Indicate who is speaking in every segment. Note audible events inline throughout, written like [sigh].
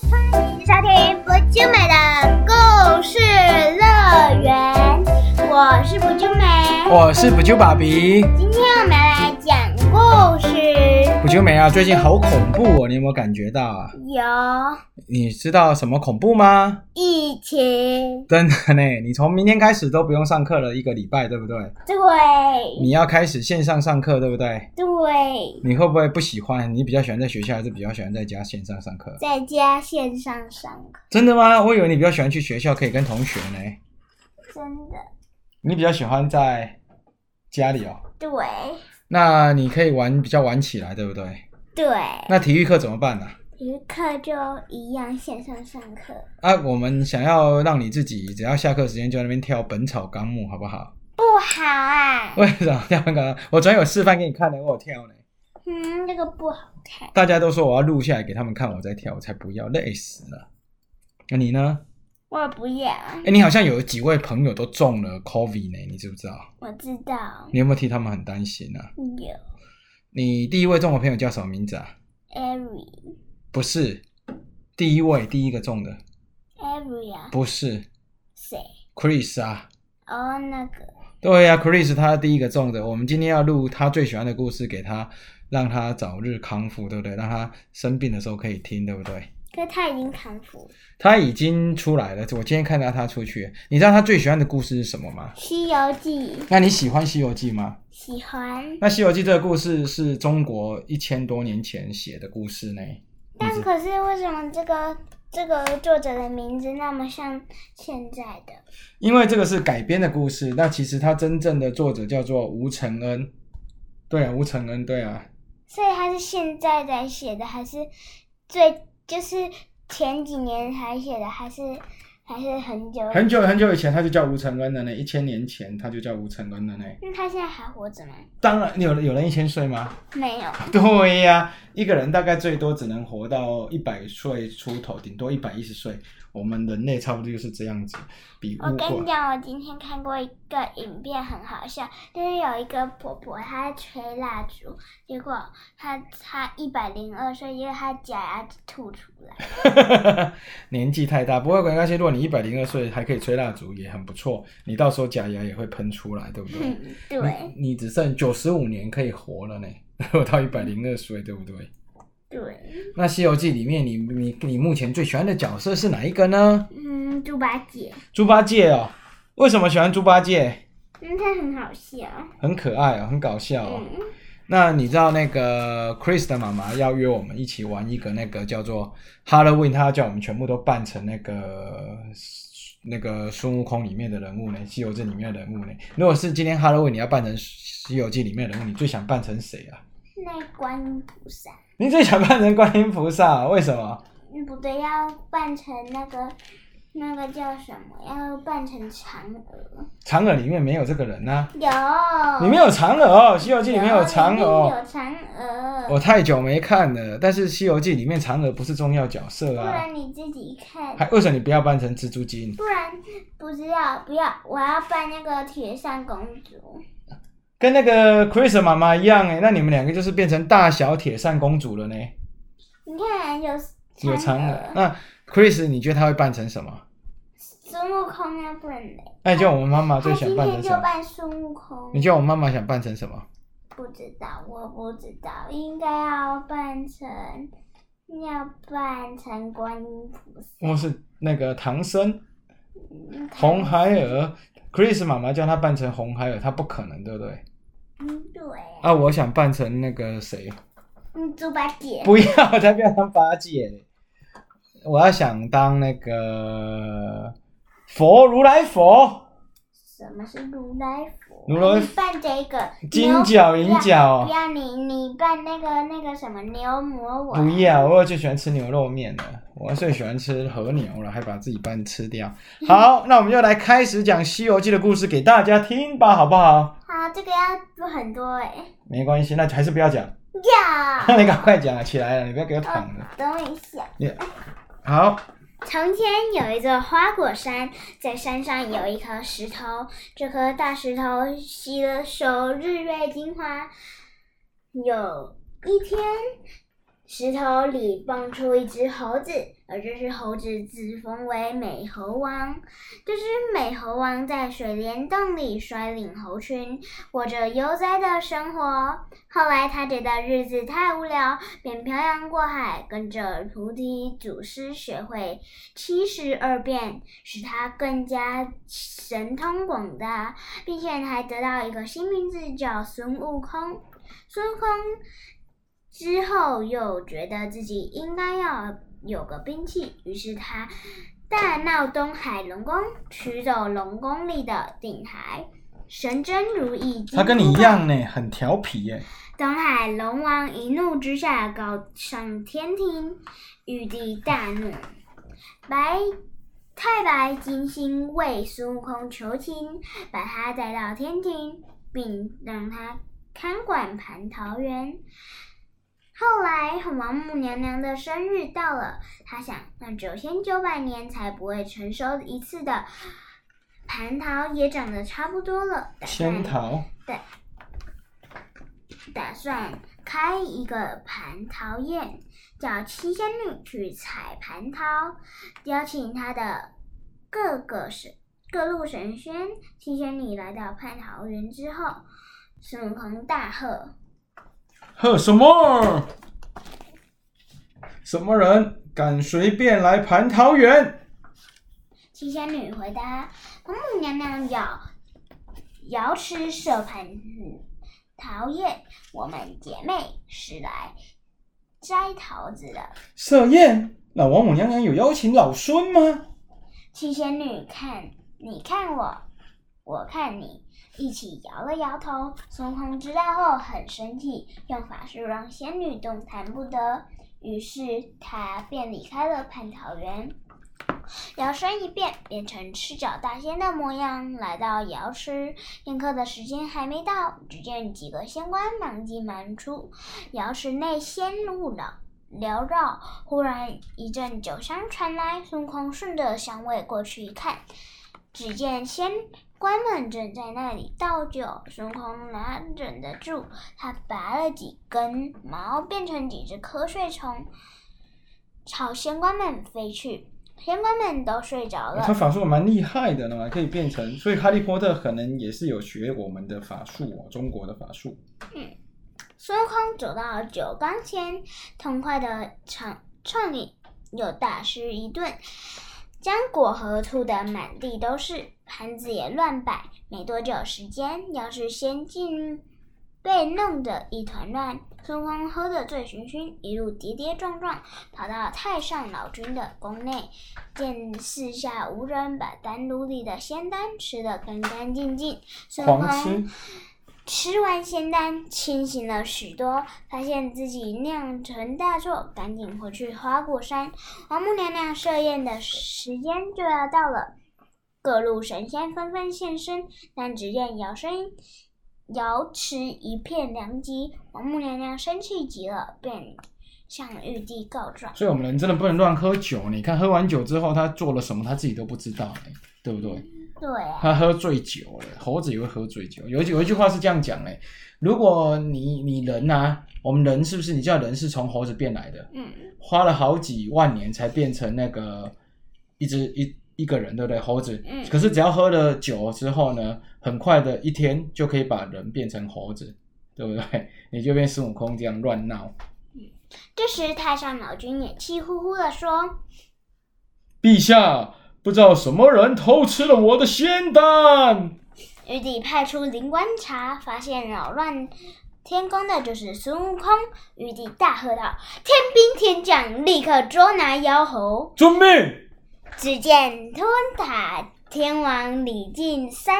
Speaker 1: 收听不就美的故事乐园，我是不就美。
Speaker 2: 我是补救爸比，
Speaker 1: 今天我们来讲故事，
Speaker 2: 补救美啊，最近好恐怖哦，你有没有感觉到啊？
Speaker 1: 有
Speaker 2: 你知道什么恐怖吗？
Speaker 1: 疫情，
Speaker 2: 真的呢，你从明天开始都不用上课了，一个礼拜，对不对？
Speaker 1: 对
Speaker 2: 你要开始线上上课，对不对？
Speaker 1: 对，
Speaker 2: 你会不会不喜欢？你比较喜欢在学校，还是比较喜欢在家线上上课？
Speaker 1: 在家线上上课，
Speaker 2: 真的吗？我以为你比较喜欢去学校，可以跟同学呢。
Speaker 1: 真的
Speaker 2: 你比较喜欢在家里哦？
Speaker 1: 对
Speaker 2: 那你可以玩比较晚起来，对不对？
Speaker 1: 对，
Speaker 2: 那体育课怎么办呢、啊？
Speaker 1: 体育课就一样线上上课，
Speaker 2: 啊我们想要让你自己只要下课时间就在那边跳《本草纲目》，好不好？ [laughs]
Speaker 1: 不好啊，
Speaker 2: 为什么跳那个？我昨天有示范给你看的，我有跳呢。
Speaker 1: 嗯，这个不好看，
Speaker 2: 大家都说我要录下来给他们看，我在跳，我才不要，累死了。那你呢？
Speaker 1: 我不要啊，
Speaker 2: 哎，你好像有几位朋友都中了 COVID 呢，你知不知道？
Speaker 1: 我知道
Speaker 2: 你有没有替他们很担心啊？
Speaker 1: 有
Speaker 2: 你第一位中的朋友叫什么名字啊？
Speaker 1: every
Speaker 2: 不是，第一位第一个中的
Speaker 1: every 啊，
Speaker 2: 不是
Speaker 1: 谁？
Speaker 2: Chris 啊。
Speaker 1: 哦，那个
Speaker 2: 对呀、c h r i s 他第一个中的，我们今天要录他最喜欢的故事给他，让他早日康复，对不对？让他生病的时候可以听，对不对？
Speaker 1: 可是他已经康复。
Speaker 2: 他已经出来了，我今天看到他出去。你知道他最喜欢的故事是什么吗？
Speaker 1: 《西游记》
Speaker 2: 那你喜欢《西游记》吗？
Speaker 1: 喜欢，
Speaker 2: 那《西游记》这个故事是中国一千多年前写的故事呢。你
Speaker 1: 但
Speaker 2: 知
Speaker 1: 可是为什么这个这个作者的名字那么像现在的？
Speaker 2: 因为这个是改编的故事，那其实他真正的作者叫做吴承恩。对啊，吴承恩，对啊，
Speaker 1: 所以他是现在才写的，还是最就是前几年才写的，还是还是很久？
Speaker 2: 很久很久以前他就叫吴承恩了呢，一千年前他就叫吴承恩了呢。
Speaker 1: 那他现在还活着吗？
Speaker 2: 当然，有人有人一千岁吗？ [laughs]
Speaker 1: 没有，
Speaker 2: 对呀、一个人大概最多只能活到一百岁出头，顶多一百一十岁。我们人类差不多就是这样子，比
Speaker 1: 我
Speaker 2: 乌
Speaker 1: 哦跟你
Speaker 2: 龟。
Speaker 1: 讲，我今天看过一个影片，很好笑，就是有一个婆婆她在吹蜡烛，结果她她一百零二岁，因为她假牙吐出来。
Speaker 2: [laughs] 年纪太大，不过没关系。如果你一百零二岁还可以吹蜡烛，也很不错。你到时候假牙也会喷出来，对不对？
Speaker 1: 嗯， [laughs] 对
Speaker 2: 你你只剩九十五年可以活了呢， [laughs] 如果到一百零二岁，对不对？
Speaker 1: 对，
Speaker 2: 那《西游记》里面你，你你目前最喜欢的角色是哪一个呢？
Speaker 1: 嗯，猪八戒，
Speaker 2: 猪八戒哦。为什么喜欢猪八戒？
Speaker 1: 嗯，他很好笑。
Speaker 2: 很可爱哦，很搞笑哦。
Speaker 1: 嗯，
Speaker 2: 那你知道那个 Chris 的妈妈要约我们一起玩一个那个叫做 Halloween，她要叫我们全部都扮成那个那个孙悟空里面的人物呢，《西游记》里面的人物呢。如果是今天 Halloween，你要扮成《西游记》里面的人物，你最想扮成谁啊？
Speaker 1: 那观音菩萨，
Speaker 2: 你最想扮成观音菩萨？啊为什么？
Speaker 1: 嗯，不对，要扮成那个那个叫什么？要扮成嫦娥。
Speaker 2: 嫦娥里面没有这个人呐、
Speaker 1: 有，
Speaker 2: 里面有嫦娥、哦，《西游记》里面有嫦
Speaker 1: 里
Speaker 2: 娥哦
Speaker 1: 面。有嫦娥。
Speaker 2: 我太久没看了，但是《西游记》里面嫦娥不是重要角色
Speaker 1: 不
Speaker 2: 啊。
Speaker 1: 然你自己看。
Speaker 2: 还为什么你不要扮成蜘蛛精？
Speaker 1: 不然不知道，不要，我要扮那个铁扇公主。
Speaker 2: 跟那个 Chris 的妈妈一样哎，那你们两个就是变成大小铁扇公主了呢，
Speaker 1: 你看有嫦
Speaker 2: 有嫦娥。那 Chris 你觉得他会扮成什么？
Speaker 1: 孙悟空那不能嘞，
Speaker 2: 那你觉得我们妈妈
Speaker 1: 他
Speaker 2: 最
Speaker 1: 今
Speaker 2: 想扮成
Speaker 1: 天就
Speaker 2: 什么？
Speaker 1: 扮孙悟空
Speaker 2: 你。觉得我妈妈想扮成什么？
Speaker 1: 不知道，我不知道，应该要扮成，要扮成观音菩萨。
Speaker 2: 我是那个唐僧、
Speaker 1: 嗯
Speaker 2: 红孩。儿。Chris 妈妈叫他扮成红孩儿，他不可能，对不对？
Speaker 1: 嗯，对啊。
Speaker 2: 啊，我想扮成那个谁，
Speaker 1: 嗯，猪八戒。
Speaker 2: 不要，我才不要当八戒嘞！我要想当那个佛如来佛。
Speaker 1: 什么是如来佛？
Speaker 2: 如来
Speaker 1: 你扮这个
Speaker 2: 金角银角
Speaker 1: 不要不要你你扮那个那个什么牛魔王。
Speaker 2: 不要，我最喜欢吃牛肉面了，我最喜欢吃和牛了，还把自己半吃掉。好，那我们就来开始讲《西游记》的故事给大家听吧，好不好？
Speaker 1: 好，这个要做很多哎、
Speaker 2: 没关系，那还是不要讲， [laughs]
Speaker 1: 要。
Speaker 2: 那你赶快讲啊起来了，你不要给我躺着。
Speaker 1: 等我一下。
Speaker 2: 你好，
Speaker 1: 从前有一座花果山，在山上有一颗石头，这颗大石头吸了收日月精华。有一天，石头里蹦出一只猴子，而这只猴子自封为美猴王。这只美猴王在水帘洞里率领猴群，过着悠哉的生活。后来他觉得日子太无聊，便漂洋过海，跟着菩提祖师学会七十二变，使他更加神通广大，并且还得到一个新名字叫孙悟空。孙悟空之后又觉得自己应该要有个兵器，于是他大闹东海龙宫，取走龙宫里的顶台。神针如意，
Speaker 2: 他跟你一。样呢，很调皮耶。
Speaker 1: 东海龙王一怒之下告上天庭，玉帝大怒，白太白金星为孙悟空求情，把他带到天庭，并让他看管蟠桃园。后来，王母娘娘的生日到了，她想，那九千九百年才不会成熟一次的蟠桃也长得差不多了，打算
Speaker 2: 仙桃，
Speaker 1: 打算开一个蟠桃宴，叫七仙女去采蟠桃，邀请她的各个神各路神仙。七仙女来到蟠桃园之后，孙悟空大喝
Speaker 2: 呵，什么？什么人敢随便来蟠桃园？：“
Speaker 1: 七仙女回答，王母娘娘咬瑶池射蟠桃宴，我们姐妹是来摘桃子的。”
Speaker 2: 设宴？那王母娘娘有邀请老孙吗？
Speaker 1: 七仙女看你看我，我看你，一起摇了摇头。孙悟空知道后很生气，用法术让仙女动弹不得，于是他便离开了蟠桃园。摇身一变，变成赤脚大仙的模样，来到瑶池。宴客的时间还没到，只见几个仙官忙进忙出，瑶池内仙雾缭缭绕。忽然一阵酒香传来，孙悟空顺着香味过去一看，只见仙官们正在那里倒酒。孙悟空哪忍得住，他拔了几根毛，变成几只瞌睡虫，朝仙官们飞去。仙官们都睡着了
Speaker 2: 他，法术蛮厉害的呢，可以变成，所以哈利波特可能也是有学我们的法术哦，中国的法术。
Speaker 1: 孙悟空走到九缸前，痛快的唱唱饮，又大吃一顿，将果核吐得满地都是，盘子也乱摆。没多久时间，要是仙境被弄得一团乱。孙悟空喝得醉醺醺，一路跌跌撞撞，跑到太上老君的宫内，见四下无人，把丹炉里的仙丹吃得干干净净。孙悟
Speaker 2: 狂吃
Speaker 1: 空吃完仙丹，清醒了许多，发现自己酿成大错，赶紧回去花果山。王母娘娘设宴的时间就要到了，各路神仙纷纷现身，但只见姚生瑶池一片狼藉，王母娘娘生气极了，便向玉帝告状。
Speaker 2: 所以我们人真的不能乱喝酒。你看，喝完酒之后，他做了什么，他自己都不知道，哎对不对？
Speaker 1: 对啊，
Speaker 2: 他喝醉酒了，猴子也会喝醉酒。有一句有一句话是这样讲嘞，如果你你人啊，我们人是不是？你知道人是从猴子变来的，
Speaker 1: 嗯，
Speaker 2: 花了好几万年才变成那个一只一一个人，对不对？猴子，
Speaker 1: 嗯
Speaker 2: 可是只要喝了酒之后呢，很快的一天就可以把人变成猴子，对不对？你就变孙悟空这样乱闹，
Speaker 1: 这时太上老君也气呼呼地说
Speaker 2: 陛下。不知道什么人偷吃了我的仙丹，：“
Speaker 1: 玉帝派出灵官察，发现扰乱天宫的就是孙悟空。”玉帝大喝道：“天兵天将，立刻捉拿妖猴！”
Speaker 2: 遵命！
Speaker 1: 只见托塔天王李靖三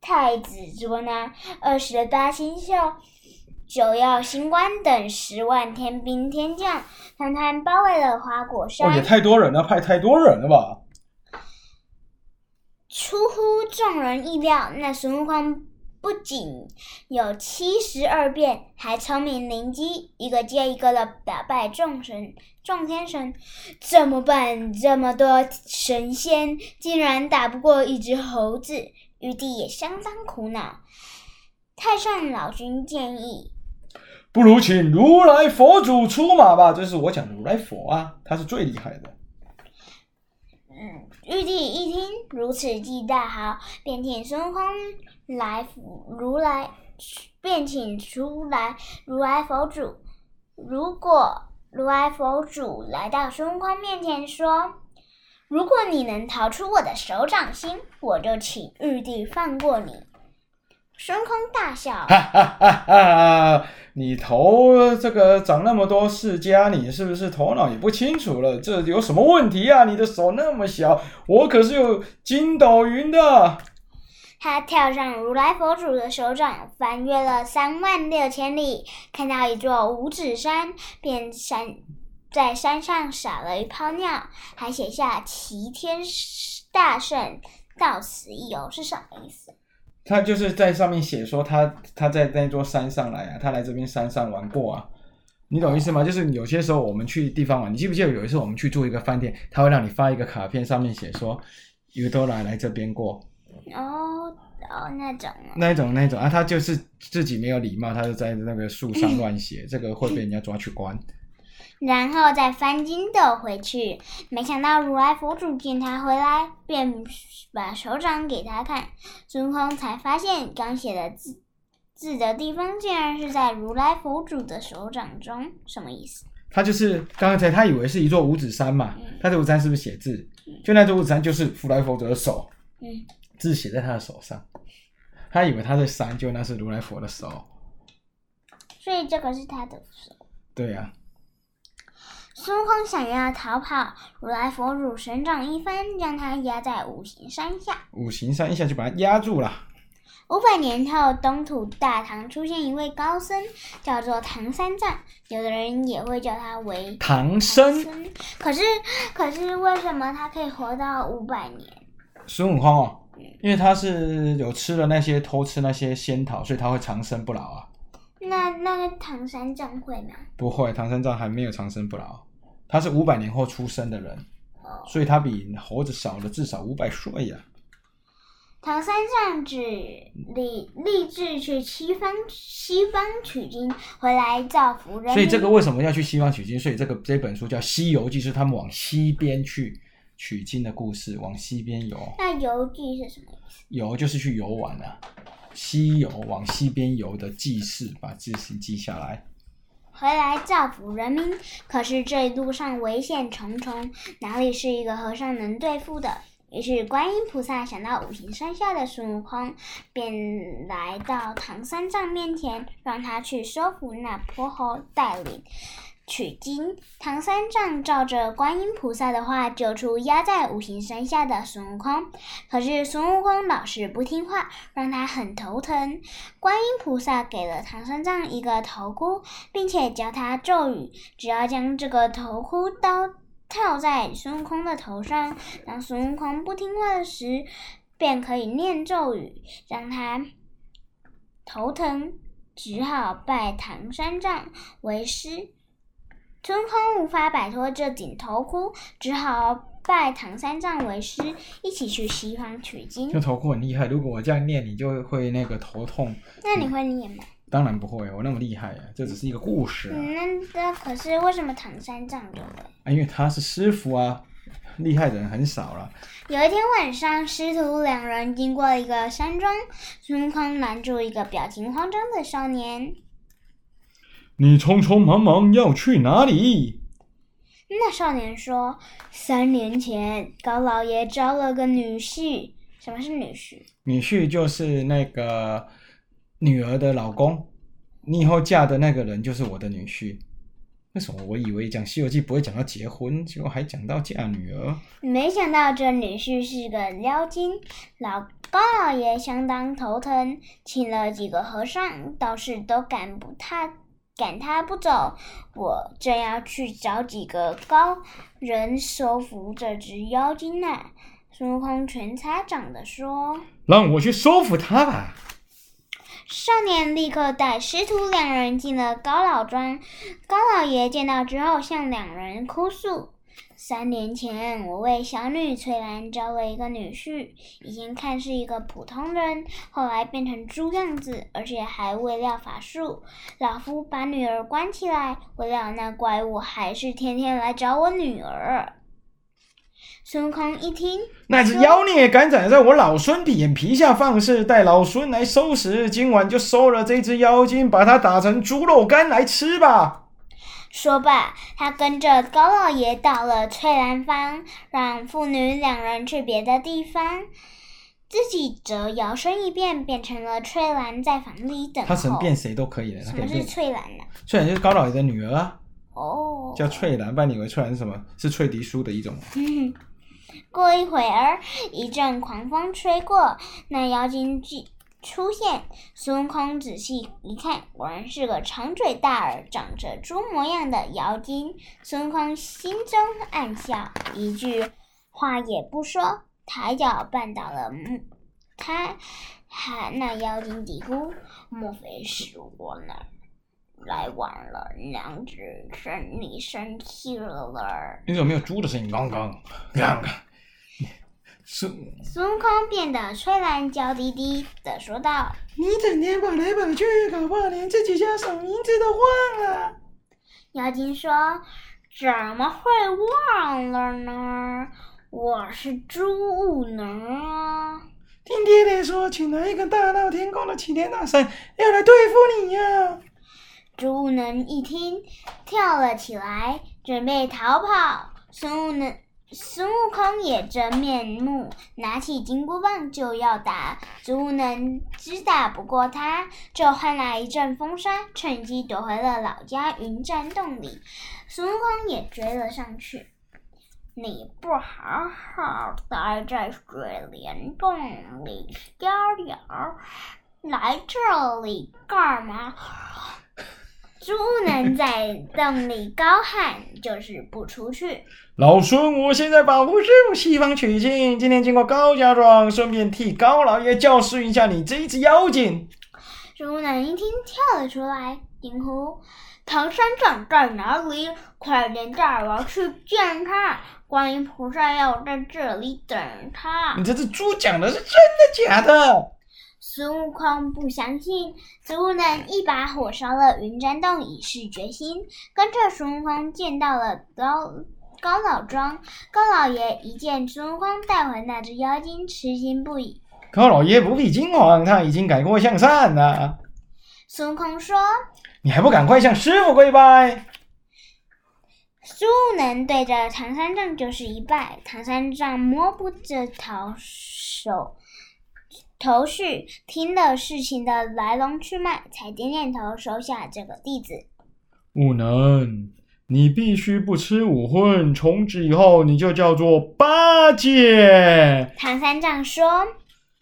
Speaker 1: 太子捉拿二十八星宿、九曜星官等十万天兵天将，团团包围了花果
Speaker 2: 哦，也
Speaker 1: 山。
Speaker 2: 太多人了，派太多人了吧？
Speaker 1: 出乎众人意料，那孙悟空不仅有七十二变，还聪明灵机，一个接一个的打败众神、众天神。怎么办？这么多神仙竟然打不过一只猴子，玉帝也相当苦恼。太上老君建议
Speaker 2: 不如请如来佛祖出马吧。”这是我讲的如来佛啊，他是最厉害的。
Speaker 1: 嗯，玉帝一听如此地大好，便请孙悟空来辅如来，便请出来如来佛祖。如果如来佛祖来到孙悟空面前说：“如果你能逃出我的手掌心，我就请玉帝放过你。”孙悟空大笑，
Speaker 2: 哈哈哈哈！ [laughs] 你头这个长那么多世家，你是不是头脑也不清楚了？这有什么问题啊？你的手那么小，我可是有筋斗云的。
Speaker 1: 他跳上如来佛祖的手掌，翻越了三万六千里，看到一座五指山，便山在山上撒了一泡尿，还写下“齐天大圣到此一游”是什么意思？
Speaker 2: 他就是在上面写说他他在那座山上来啊，他来这边山上玩过啊，你懂意思吗？就是有些时候我们去地方玩，你记不记得有一次我们去住一个饭店，他会让你发一个卡片，上面写说有都来来这边过
Speaker 1: 哦哦，那种啊
Speaker 2: 那一种那一种啊，他就是自己没有礼貌，他就在那个树上乱 [laughs] 写，这个会被人家抓去关。
Speaker 1: 然后再翻筋斗回去。没想到如来佛祖见他回来，便把手掌给他看。孙悟空才发现，刚写的字字的地方竟然是在如来佛祖的手掌中，什么意思？
Speaker 2: 他就是刚才他以为是一座五指山嘛，他这五指山是不是写字？就那座五指山就是如来佛祖的手，
Speaker 1: 嗯，
Speaker 2: 字写在他的手上，他以为他是山，就那是如来佛的手。
Speaker 1: 所以这个是他的手。
Speaker 2: 对啊呀、
Speaker 1: 孙悟空想要逃跑，如来佛祖神掌一翻，将他压在五行山下。
Speaker 2: 五行山一下就把它压住了。
Speaker 1: 五百年后，东土大唐出现一位高僧，叫做唐三藏，有的人也会叫他为
Speaker 2: 唐僧，
Speaker 1: 僧。可是，可是为什么他可以活到五百年？
Speaker 2: 孙悟空哦，因为他是有吃了那些偷吃那些仙桃，所以他会长生不老啊。
Speaker 1: 那那个唐三藏会吗？
Speaker 2: 不会，唐三藏还没有长生不老，他是五百年后出生的人，
Speaker 1: 哦，
Speaker 2: 所以他比猴子少了至少五百岁呀、
Speaker 1: 唐三藏只立立志去西方西方取经，回来造福人民。
Speaker 2: 所以这个为什么要去西方取经？所以这个这本书叫《西游记》，是他们往西边去取经的故事，往西边游。
Speaker 1: 那游记是什么意思？
Speaker 2: 游就是去游玩啊，西游往西边游的记事，把字形记下来。
Speaker 1: 回来造福人民，可是这一路上危险重重，哪里是一个和尚能对付的？于是观音菩萨想到五行山下的孙悟空，便来到唐三藏面前，让他去收服那泼猴，带领取经。唐三藏照着观音菩萨的话，救出压在五行山下的孙悟空。可是孙悟空老是不听话，让他很头疼。观音菩萨给了唐三藏一个头箍，并且教他咒语，只要将这个头箍刀套在孙悟空的头上，当孙悟空不听话时，便可以念咒语，让他头疼，只好拜唐三藏为师。孙悟空无法摆脱这顶头箍，只好拜唐三藏为师，一起去西方取
Speaker 2: 这
Speaker 1: 经。
Speaker 2: 头箍很厉害，如果我这样念，你就会那个头痛。
Speaker 1: 那你会念吗？
Speaker 2: 当然不会，我那么厉害啊，这只是一个故事啊，
Speaker 1: 嗯，那那可是为什么唐三藏就会？
Speaker 2: 啊因为他是师傅啊，厉害的人很少了。
Speaker 1: 有一天晚上，师徒两人经过一个山庄，孙悟空拦住一个表情慌张的少年。
Speaker 2: 你匆匆忙忙要去哪里？
Speaker 1: 那少年说：“三年前，高老爷招了个女婿。什么是女婿？
Speaker 2: 女婿就是那个女儿的老公，你以后嫁的那个人就是我的女婿。为什么我以为讲《西游记》不会讲到结婚，结果还讲到嫁女儿？
Speaker 1: 没想到这女婿是个妖精，老高老爷相当头疼，请了几个和尚、道士都赶不他赶他不走。我正要去找几个高人收服这只妖精呢、孙悟空全擦掌的说。
Speaker 2: 让我去收服他吧！
Speaker 1: 少年立刻带师徒两人进了高老庄。高老爷见到之后，向两人哭诉：“三年前，我为小女翠兰交了一个女婿，以前看是一个普通人，后来变成猪样子，而且还未料法术。老夫把女儿关起来，未料那怪物还是天天来找我女儿。孙悟空一听，
Speaker 2: 那只妖孽敢敢在我老孙眼皮下放肆，待老孙来收拾。今晚就收了这只妖精，把它打成猪肉干来吃吧。
Speaker 1: 说罢，他跟着高老爷到了翠兰坊，让父女两人去别的地方，自己则摇身一变，变成了翠兰，在房里等候。
Speaker 2: 他想变谁都可以的，他
Speaker 1: 什
Speaker 2: 可
Speaker 1: 么
Speaker 2: 以
Speaker 1: 是
Speaker 2: 变。
Speaker 1: 翠兰呢、
Speaker 2: 翠兰就是高老爷的女儿啊，
Speaker 1: 哦，
Speaker 2: 叫翠兰。不然你以为翠兰是什么？是翠迪苏的一种吗。
Speaker 1: 嗯，过一会儿，一阵狂风吹过，那妖精即出现。孙悟空仔细一看，果然是个长嘴大耳、长着猪模样的妖精。孙悟空心中暗笑，一句话也不说，抬脚绊倒了木他。他那妖精嘀咕：“莫非是我哪儿来晚了，娘子生你生气了儿？”
Speaker 2: 你怎么没有猪的声音？刚刚，刚刚， [laughs] 是你
Speaker 1: 孙悟空变得吹蓝娇滴滴的说道
Speaker 2: 整天跑来跑去，搞不好连自己家小名字都忘了。：“
Speaker 1: 妖精说，怎么会忘了呢？我是猪呢。
Speaker 2: 听爹爹说，请来一个大闹天宫的齐天大圣，要来对付你呀、”
Speaker 1: 猪悟能一听，跳了起来，准备逃跑。孙悟能。孙悟空也真面目，拿起金箍棒就要打，孙悟能知打不过他，就换来一阵风沙，趁机躲回了老家云栈洞里。孙悟空也追了上去。你不好好待在水帘洞里逍遥，来这里干嘛？猪能在洞里高喊，就是不出去。
Speaker 2: 老孙，我现在把无师傅西方取经，今天经过高家庄，顺便替高老爷教训一下你这一只妖精。
Speaker 1: 猪能一听跳了出来，惊呼：“唐三藏在哪里？快点带我去见他！观音菩萨要在这里等他。”
Speaker 2: 你这只猪讲的是真的假的？
Speaker 1: 孙悟空不相信，孙悟能一把火烧了云栈洞，以示决心。跟着孙悟空见到了高高老庄，高老爷一见孙悟空带回那只妖精，吃惊不已。
Speaker 2: 高老爷不必惊慌，他已经改过向善了。
Speaker 1: 孙悟空说
Speaker 2: 你还不赶快向师傅跪拜？：“
Speaker 1: 孙悟能对着唐三藏就是一拜。”唐三藏摸不着头手。头绪听了事情的来龙去脉，才点点头收下这个弟子。
Speaker 2: 不能，你必须不吃五荤，从此以后你就叫做八戒。
Speaker 1: 唐三藏说，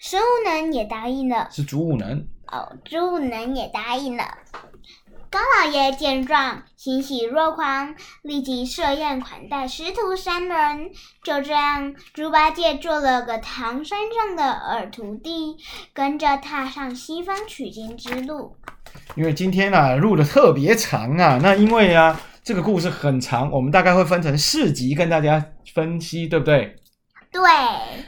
Speaker 1: 孙悟能也答应了，
Speaker 2: 是主武能，
Speaker 1: 哦，猪悟能也答应了。高老爷见状，欣喜若狂，立即设宴款待师徒三人。就这样，猪八戒做了个唐三藏的耳徒弟，跟着踏上西方取经之路。
Speaker 2: 因为今天啊录的特别长啊，那因为啊这个故事很长，我们大概会分成四集跟大家分析，对不对？
Speaker 1: 对，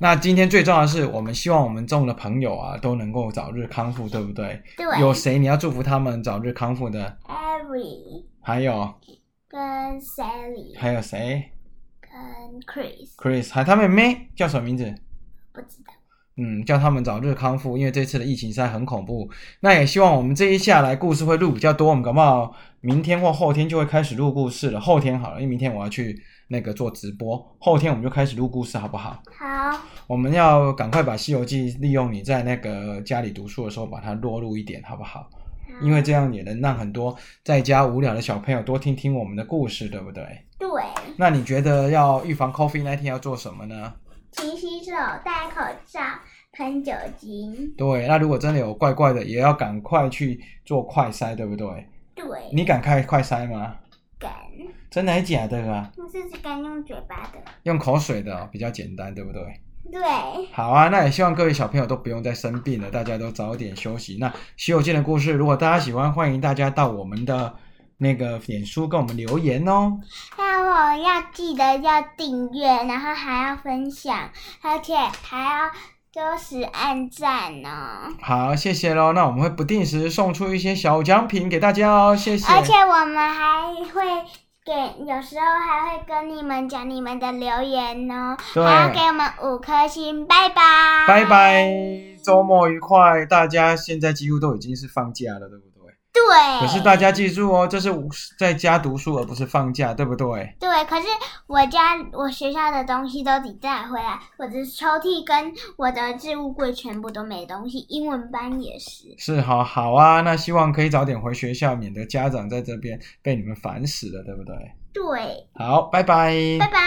Speaker 2: 那今天最重要的是，我们希望我们中的朋友啊都能够早日康复，对不对？
Speaker 1: 对
Speaker 2: 有谁你要祝福他们早日康复的？
Speaker 1: ，Every
Speaker 2: 还有
Speaker 1: 跟 Sally
Speaker 2: 还有谁
Speaker 1: 跟 Chris
Speaker 2: ？Chris 还有他妹妹叫什么名字？
Speaker 1: 不知道，
Speaker 2: 嗯，叫他们早日康复，因为这次的疫情实在很恐怖。那也希望我们这一下来故事会录比较多，我们搞不好明天或后天就会开始录故事了。后天好了，因为明天我要去那个做直播，后天我们就开始录故事，好不好？
Speaker 1: 好，
Speaker 2: 我们要赶快把《西游记》利用你在那个家里读书的时候把它落入一点，好不好？因为这样也能让很多在家无聊的小朋友多听听我们的故事，对不对？
Speaker 1: 对，
Speaker 2: 那你觉得要预防 COVID 那天要做什么呢？
Speaker 1: 勤洗手，戴口罩，喷酒精，
Speaker 2: 对，那如果真的有怪怪的，也要赶快去做快筛，对不对？
Speaker 1: 对。
Speaker 2: 你敢开快筛吗？
Speaker 1: 敢，
Speaker 2: 真的还假的啊？
Speaker 1: 那是只敢用嘴巴的。
Speaker 2: 用口水的、哦比较简单，对不对？
Speaker 1: 对，
Speaker 2: 好啊，那也希望各位小朋友都不用再生病了，大家都早点休息。那《西游记》的故事，如果大家喜欢，欢迎大家到我们的那个脸书跟我们留言哦。
Speaker 1: 还有我后要记得要订阅，然后还要分享，而且还要就是按赞哦。
Speaker 2: 好，谢谢喽。那我们会不定时送出一些小奖品给大家哦，谢谢。
Speaker 1: 而且我们还会给，有时候还会跟你们讲你们的留言哦，
Speaker 2: 对
Speaker 1: 还要给我们五颗星，拜拜，
Speaker 2: 拜拜，周末愉快！大家现在几乎都已经是放假了，对不对？
Speaker 1: 对，
Speaker 2: 可是大家记住哦，这是在家读书，而不是放假，对不对？
Speaker 1: 对，可是我家我学校的东西都得带回来，我的抽屉跟我的置物柜全部都没东西，英文班也是。
Speaker 2: 是好好啊，那希望可以早点回学校，免得家长在这边被你们烦死了，对不对？
Speaker 1: 对，
Speaker 2: 好，拜拜
Speaker 1: 拜拜。